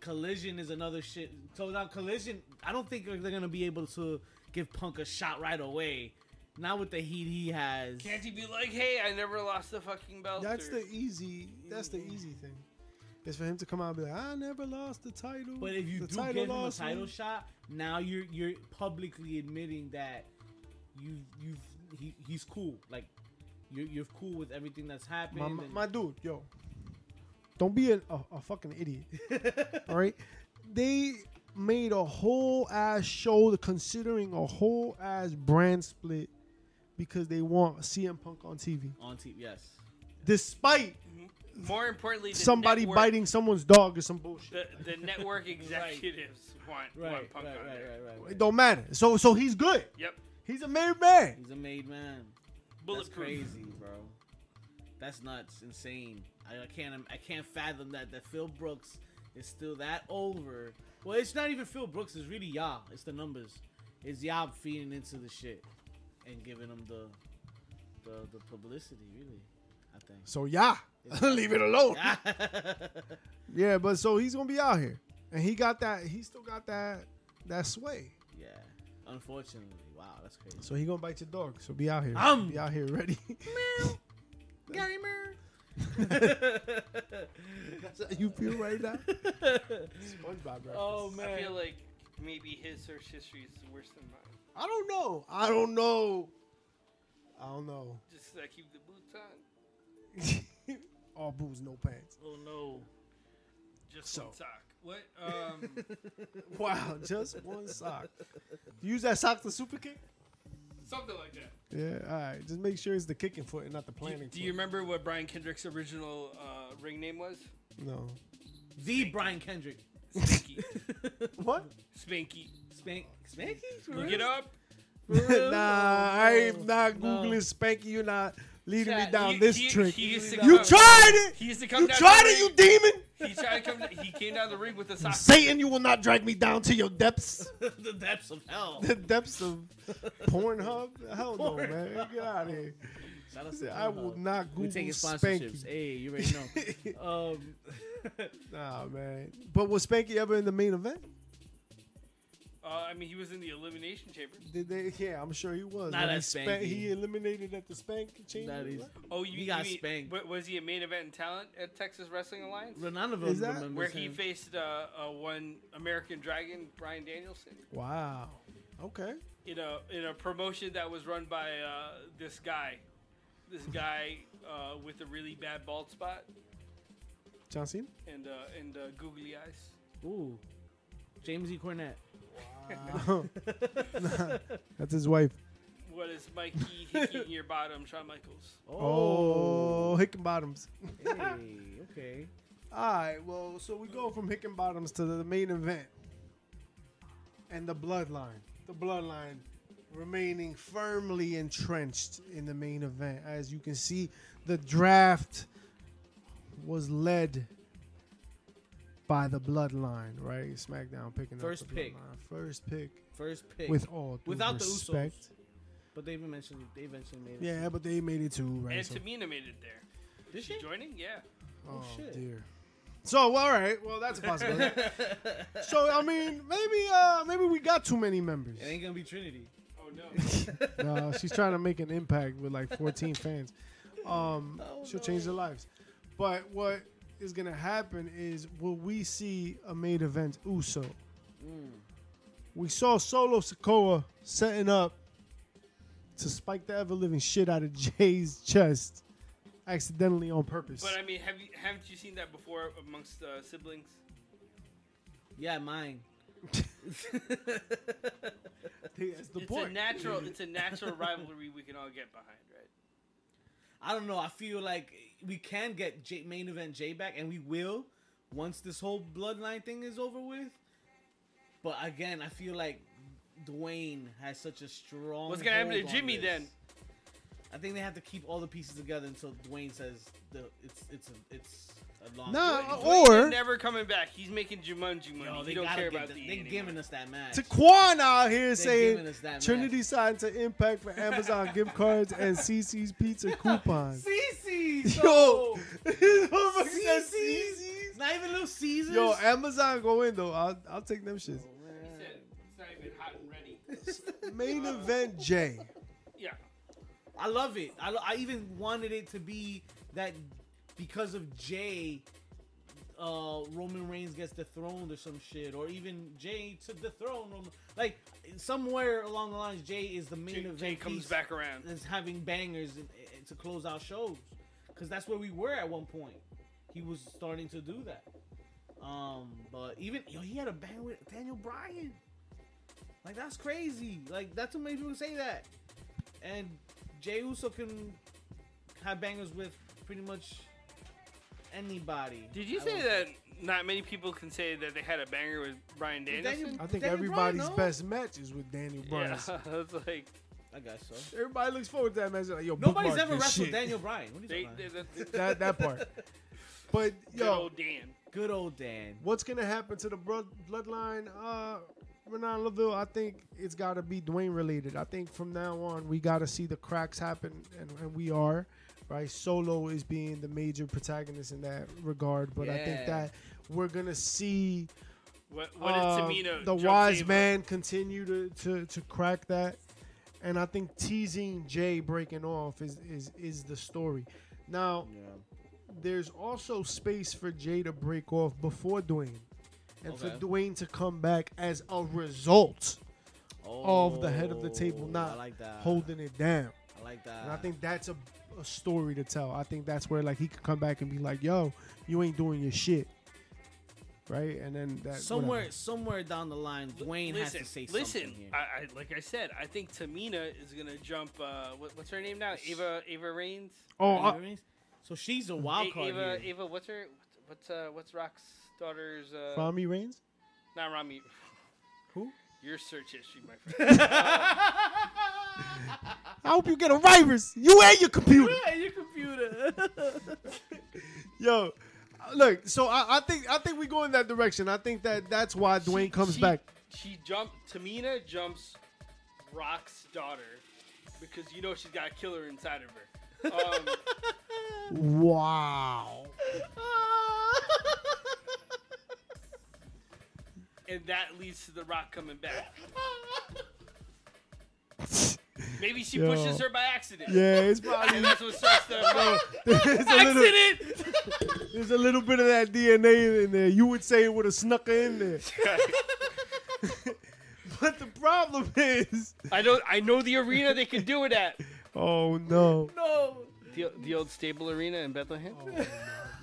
Collision is another shit. So now Collision, I don't think they're gonna be able to give Punk a shot right away. Not with the heat he has. Can't he be like, hey, I never lost the fucking belt? That's or- the easy. That's the easy Mm. thing. Is for him to come out and be like, I never lost the title. But if you the do give him a lost me." title shot, now you're you're publicly admitting that you you've he, he's cool. Like you're you're cool with everything that's happened. my, my, and- my dude, yo, don't be an, a, a fucking idiot. all right, they made a whole ass show considering a whole ass brand split because they want CM Punk on TV, on TV, yes. despite More importantly, the somebody network- biting someone's dog or some bullshit. The, the network executives want, Right, want right, Punk right, on there. right, right, It right. don't matter. So, so he's good. Yep. He's a married man. He's a made man. That's Bulletproof. crazy, bro. That's nuts, insane. I, I can't I can't fathom that that Phil Brooks is still that over. Well, it's not even Phil Brooks. It's really y'all. It's the numbers. It's y'all feeding into the shit and giving them the the, the publicity. Really, I think. So yeah, leave it alone. Yeah. yeah, but so he's gonna be out here, and he got that. He still got that that sway. unfortunately, wow, that's crazy. So he gonna bite your dog. So be out here. Um. be out here ready. Gamer. That's how you feel right now. SpongeBob reference. oh I man. feel like maybe his search history is worse than mine. I don't know. I don't know. I don't know. Just I keep the boots on. All booze, no pants. Oh no. Just So. one sock. What? Um. Wow, just one sock. You use that sock to super kick? Something like that. Yeah, all right. Just make sure it's the kicking foot and not the Do, planning do you remember what Brian Kendrick's original uh, ring name was? foot. No. The Brian Kendrick. Spanky. What? Spanky. Spank, spanky? For Look real? it up. For real? Oh, nah, I am not No. Googling Spanky. You're not leading Chat, me down He- this he- trick. he used to you come- tried it! He used to come You down tried the it, you ring- demon! He tried to come. He came down the ring with a sock. Satan, you will not drag me down to your depths. the depths of hell. the depths of Pornhub? Hell no, Pornhub. man. Get out of here. Shout out to Say, I will Pornhub. not We Google taking sponsorships. Spanky. Hey, you already know. um, Nah, man. But was Spanky ever in the main event? Uh, I mean, he was in the elimination chamber. Did they? Yeah, I'm sure he was. Not When he as span- Spanky. He eliminated at the Spank that chamber. is Oh, you, He you got mean- spanked. wa- was he a main event in talent at Texas Wrestling Alliance? well, none of them Is that- remembers Where he him. faced uh, uh, one American Dragon, Brian Danielson, Wow. Okay. in a in a promotion that was run by uh, this guy, this guy uh, with a really bad bald spot John Cena. and uh, and uh, googly eyes. Ooh, James E. Cornett. Wow. That's his wife. What is Mikey Hickey in your bottom, Shawn Michaels? Oh, Hickenbottoms. hey, okay. All right. Well, so we go from Hickenbottoms to the main event, and the bloodline. The bloodline remaining firmly entrenched in the main event. As you can see, the draft was led by the bloodline. Right, SmackDown picking First up the pick. bloodline. First pick First pick. with all due Without the Usos. respect. but they eventually, they eventually made it. Yeah, but they made it too. Right? And so- Tamina made it there. Did Is she she? joining? Yeah. Oh, shit. dear. So well, all right, well that's a possibility. so I mean, maybe uh maybe we got too many members. It ain't gonna be Trinity. Oh no. No, she's trying to make an impact with like 14 fans. Um, Oh, she'll no. change their lives. But what is gonna happen is will we see a main event Uso? Mm. We saw Solo Sokoa setting up to spike the ever living shit out of Jay's chest, accidentally on purpose. But I mean, have you haven't you seen that before amongst uh, siblings? Yeah, mine. That's the it's point. a natural. It's a natural rivalry we can all get behind, right? I don't know. I feel like we can get J- main event J back, and we will once this whole bloodline thing is over with. But again, I feel like Dwayne has such a strong. What's gonna happen to hold on Jimmy this. then? I think they have to keep all the pieces together until Dwayne says the it's it's a, it's a long. Nah, oh. Dwayne- Or- They're never coming back. He's making Jumanji money. Yo, he don't gotta care get about the- the. They giving us that match. to Quan out here giving saying us that Trinity signed to Impact for Amazon gift cards and CC's pizza coupons. CC, Yo, yo, this motherfucker said CC's? CC's. not even little Caesars. Yo, Amazon go in though. I'll, I'll take them shits. It's not even hot and ready. Main event Jay. Yeah. I love it. I, lo- I even wanted it to be that because of Jay, uh, Roman Reigns gets dethroned or some shit, or even Jay to dethrone Roman. Like somewhere along the lines, Jay is the main Jay, event. Jay comes piece back around. That's having bangers in, in- to close out shows, because that's where we were at one point. He was starting to do that. Um, but even yo, he had a bang with Daniel Bryan. Like that's crazy. Like that's what made people say that. And Jey Uso can have bangers with pretty much anybody. Did you I say don't that think. not many people can say that they had a banger with Brian Daniel- Danielson? I think Daniel everybody's Bryan, no? best match is with Daniel Bryan. Yeah, that's like I guess so. Everybody looks forward to that match. Like, yo, Nobody's bookmark ever this wrestled shit. Daniel Bryan. What are they, you talking they, about? they, they, That that part. But good yo, old Dan. Good old Dan. what's gonna happen to the bro- bloodline? Uh, Renan Laville. I think it's gotta be Dwayne related. I think from now on we gotta see the cracks happen, and, and we are. Right, Solo is being the major protagonist in that regard, but I Yeah. think that we're gonna see What, what uh, did Tamino? the Joe wise Saban- man continue to, to to crack that, and I think teasing Jay breaking off is is is the story. Now Yeah. there's also space for Jay to break off before Dwayne, and Okay. for Dwayne to come back as a result, Of the head of the table Oh, I not like Uh, that. holding it down. I like that. And I think that's a, a story to tell. I think that's where like he could come back and be like, "Yo, you ain't doing your shit." Right, and then that somewhere, whatever. somewhere down the line, L- Dwayne listen, has to say listen, something here. I, I, like I said, I think Tamina is gonna jump. Uh, what, what's her name now? Ava Ava Reigns. Oh, You know what I- I mean? so she's a A- wild card. Ava here. Ava. What's her? What's uh, what's Rock's daughter's? Uh, Rami Reigns. not Rami. Who? Your search history, my friend. uh, I hope you get a virus. You and your computer. Yeah, your computer. Yo, look. So I, I think I think we go in that direction. I think that that's why Dwayne She- comes she- back. She jumped. Tamina jumps Rock's daughter because you know she's got a killer inside of her. Um, Wow. and that leads to the Rock coming back. Maybe she Yo. pushes her by accident. Yeah, it's And probably that's what starts the there's a little Accident. there's a little bit of that DNA in there. You would say it would have snuck in there. But the problem is, I know I know the arena they can do it at. oh no. no. The, the old stable arena in Bethlehem. Oh,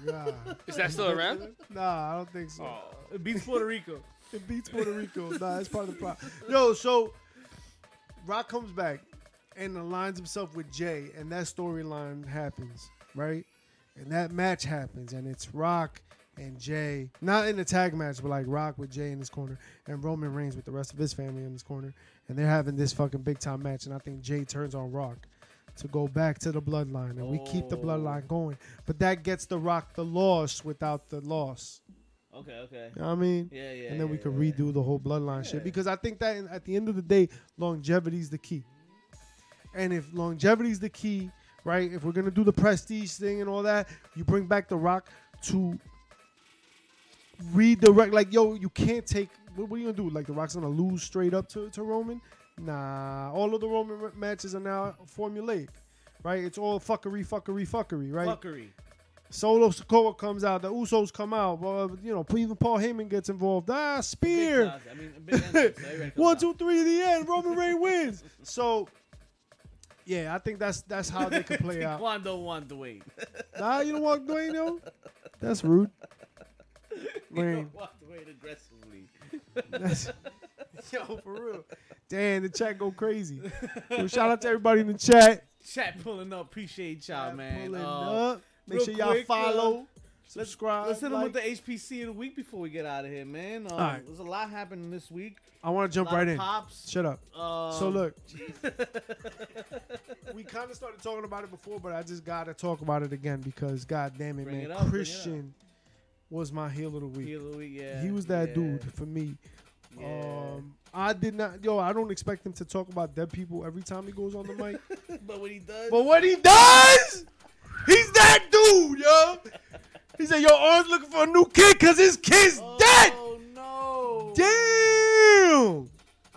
God. Is that still around? Nah, I don't think so. It beats Puerto Rico. It beats Puerto Rico. nah, it's part of the problem. Yo, so Rock comes back and aligns himself with Jay, and that storyline happens, right? And that match happens, and it's Rock and Jay, not in the tag match, but like Rock with Jay in his corner, and Roman Reigns with the rest of his family in his corner, and they're having this fucking big time match, and I think Jay turns on Rock. To go back to the bloodline, and we keep the Oh. bloodline going, but that gets the Rock the loss without the loss. Okay, okay. You know what I mean? Yeah, yeah. and then yeah, we could yeah. redo the whole bloodline Yeah. shit because I think that at the end of the day, longevity is the key. And if longevity is the key, right? If we're gonna do the prestige thing and all that, you bring back The Rock to redirect. Like, yo, you can't take. What, what are you gonna do? Like, The Rock's gonna lose straight up to, to Roman? Nah. All of the Roman r- matches are now formulaic, right? It's all fuckery, fuckery, fuckery, right? Fuckery. Solo Sokoa comes out. The Usos come out. Well, you know, even Paul Heyman gets involved. Ah, Big spear. Nas, I mean, big Nas, so everybody comes One, out. two, three. The end. Roman Reigns wins. So, yeah, I think that's that's how they can play out. Taekwondo won the way. Nah, you don't walk Dwayne though. That's rude. Lame. Walked away aggressively. That's, yo, for real. Damn, the chat go crazy. Yo, shout out to everybody in the chat. Chat pulling up. Appreciate y'all, Chat man. pulling Uh, up. Make real sure y'all quick, uh, follow, let's- subscribe. Let's hit them like. with the HPC of the week before we get out of here, man. Um, Alright. There's a lot happening this week. I want to A jump lot right of in. Pops. Shut up. Um, So look, we kind of started talking about it before, but I just gotta talk about it again because, god damn it, Bring man, it up, bring it up. Christian was my heel of the week. Heel of the week, yeah. he was that yeah, dude for me. yeah. Um, I did not, yo, I don't expect him to talk about dead people every time he goes on the mic, but when he does, but what he does, he's that dude, yo. He said, "Yo, Orange looking for a new kid because his kid's oh, dead." no. Damn.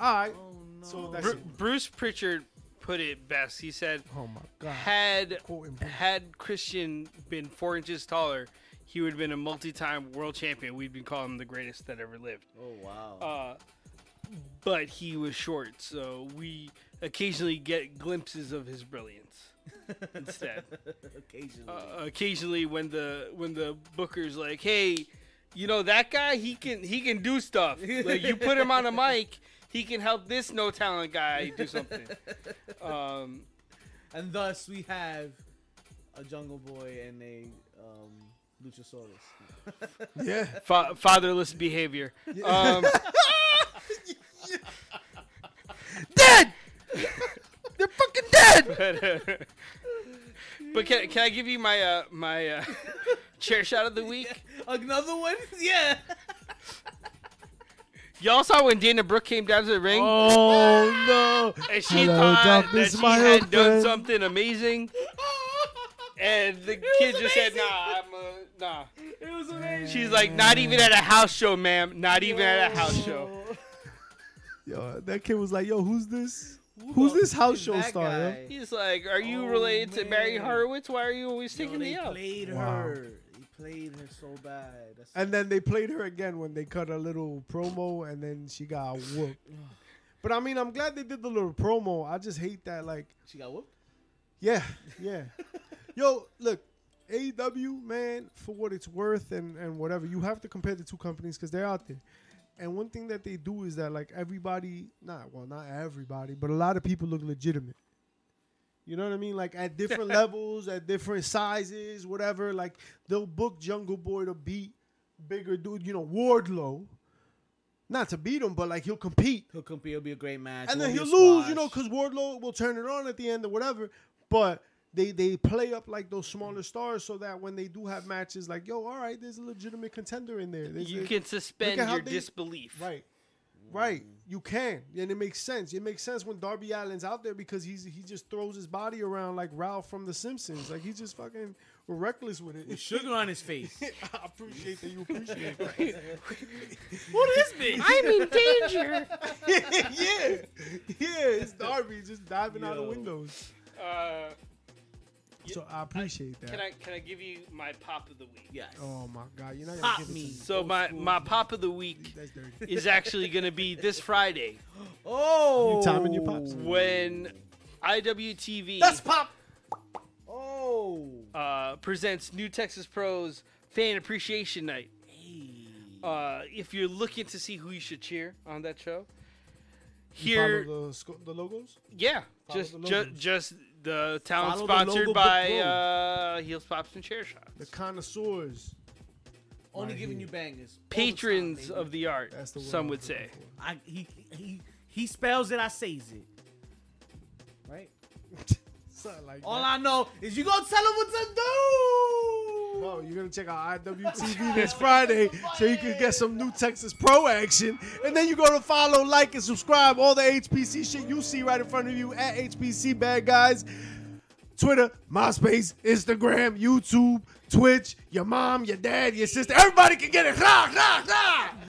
All right. Oh, no. So that's Bru- it. Bruce Pritchard put it best. He said, Oh my god. had Quote and proof. had Christian been four inches taller, he would have been a multi-time world champion. We'd been calling him the greatest that ever lived. Oh wow. Uh, but he was short, so we occasionally get glimpses of his brilliance. instead. Occasionally. Uh, occasionally, when the when the booker's like, "Hey, you know that guy? He can he can do stuff. Like you put him on a mic, he can help this no talent guy do something." Um, and thus we have a Jungle Boy and a um, Luchasaurus. Yeah. fa- fatherless behavior. Um, Dead. They're fucking dead. but uh, but can, can I give you my uh, my uh, chair shot of the week? Another one? Yeah. Y'all saw when Dana Brooke came down to the ring Oh no. and she Hello, thought darkness, that she my had old done friend. something amazing, and the kid just said, amazing. "Nah, I'm uh, nah." It was amazing. She's like, Mm. "Not even at a house show, ma'am. Not even at a house show." Yo, that kid was like, yo, who's this? Who's this house show star? yo? He's like, "Are you Oh, related to Mary man. Horowitz? Why are you always Yo, taking they me out?" played Wow. her. They played her so bad. That's And then they played her again when they cut a little promo, and then she got whooped. But I mean, I'm glad they did the little promo. I just hate that, like, she got whooped. yeah, yeah. Yo, look, AEW, man, for what it's worth and, and whatever, you have to compare the two companies because they're out there. And one thing that they do is that, like, everybody, not, well, not everybody, but a lot of people look legitimate. You know what I mean? Like, at different levels, at different sizes, whatever. Like, they'll book Jungle Boy to beat bigger dude, you know, Wardlow. Not to beat him, but, like, he'll compete He'll compete. It'll be a great match. and It then he'll won't be a lose, you know, squash. because Wardlow will turn it on at the end or whatever. But they they play up like those smaller stars so that when they do have matches, like yo, all right, there's a legitimate contender in there. There's You a- can suspend how your they- disbelief. right, right. You can, and it makes sense. It makes sense when Darby Allen's out there because he's he just throws his body around like Ralph from The Simpsons. Like he's just fucking reckless with With it. sugar on his face. I appreciate that you appreciate that. what is this? I'm in danger. yeah, yeah. It's Darby just diving out of Yo. windows. Uh, So I appreciate that. can I can I give you my pop of the week? Yes. Oh my god, you're not Pop gonna give it to me. me. So my my pop of the week That's dirty. is actually going to be this Friday Oh. You timing your pops? when IWTV That's pop. Oh. uh, presents New Texas Pros Fan Appreciation Night. Hey. Uh, if you're looking to see who you should cheer on that show, You follow here, the, sco- the logos. yeah, follow just the ju- logos. just the talent Follow the sponsored logo by below. uh, Heels, Pops, and Chair Shots. The connoisseurs. Only Right giving here. you bangers. All the time, Patrons baby. of the art, That's the word. some I'm would looking say. I he he he spells it. I says it. Right. for. Something like All that. I know is you gonna tell him what to do. Well, you're gonna check out IWTV this Friday so you can get some new Texas Pro action. And then you're gonna follow, like, and subscribe all the HPC shit you see right in front of you at HPC Bad Guys. Twitter, MySpace, Instagram, YouTube, Twitch, your mom, your dad, your sister, everybody can get it. Rah, rah, rah.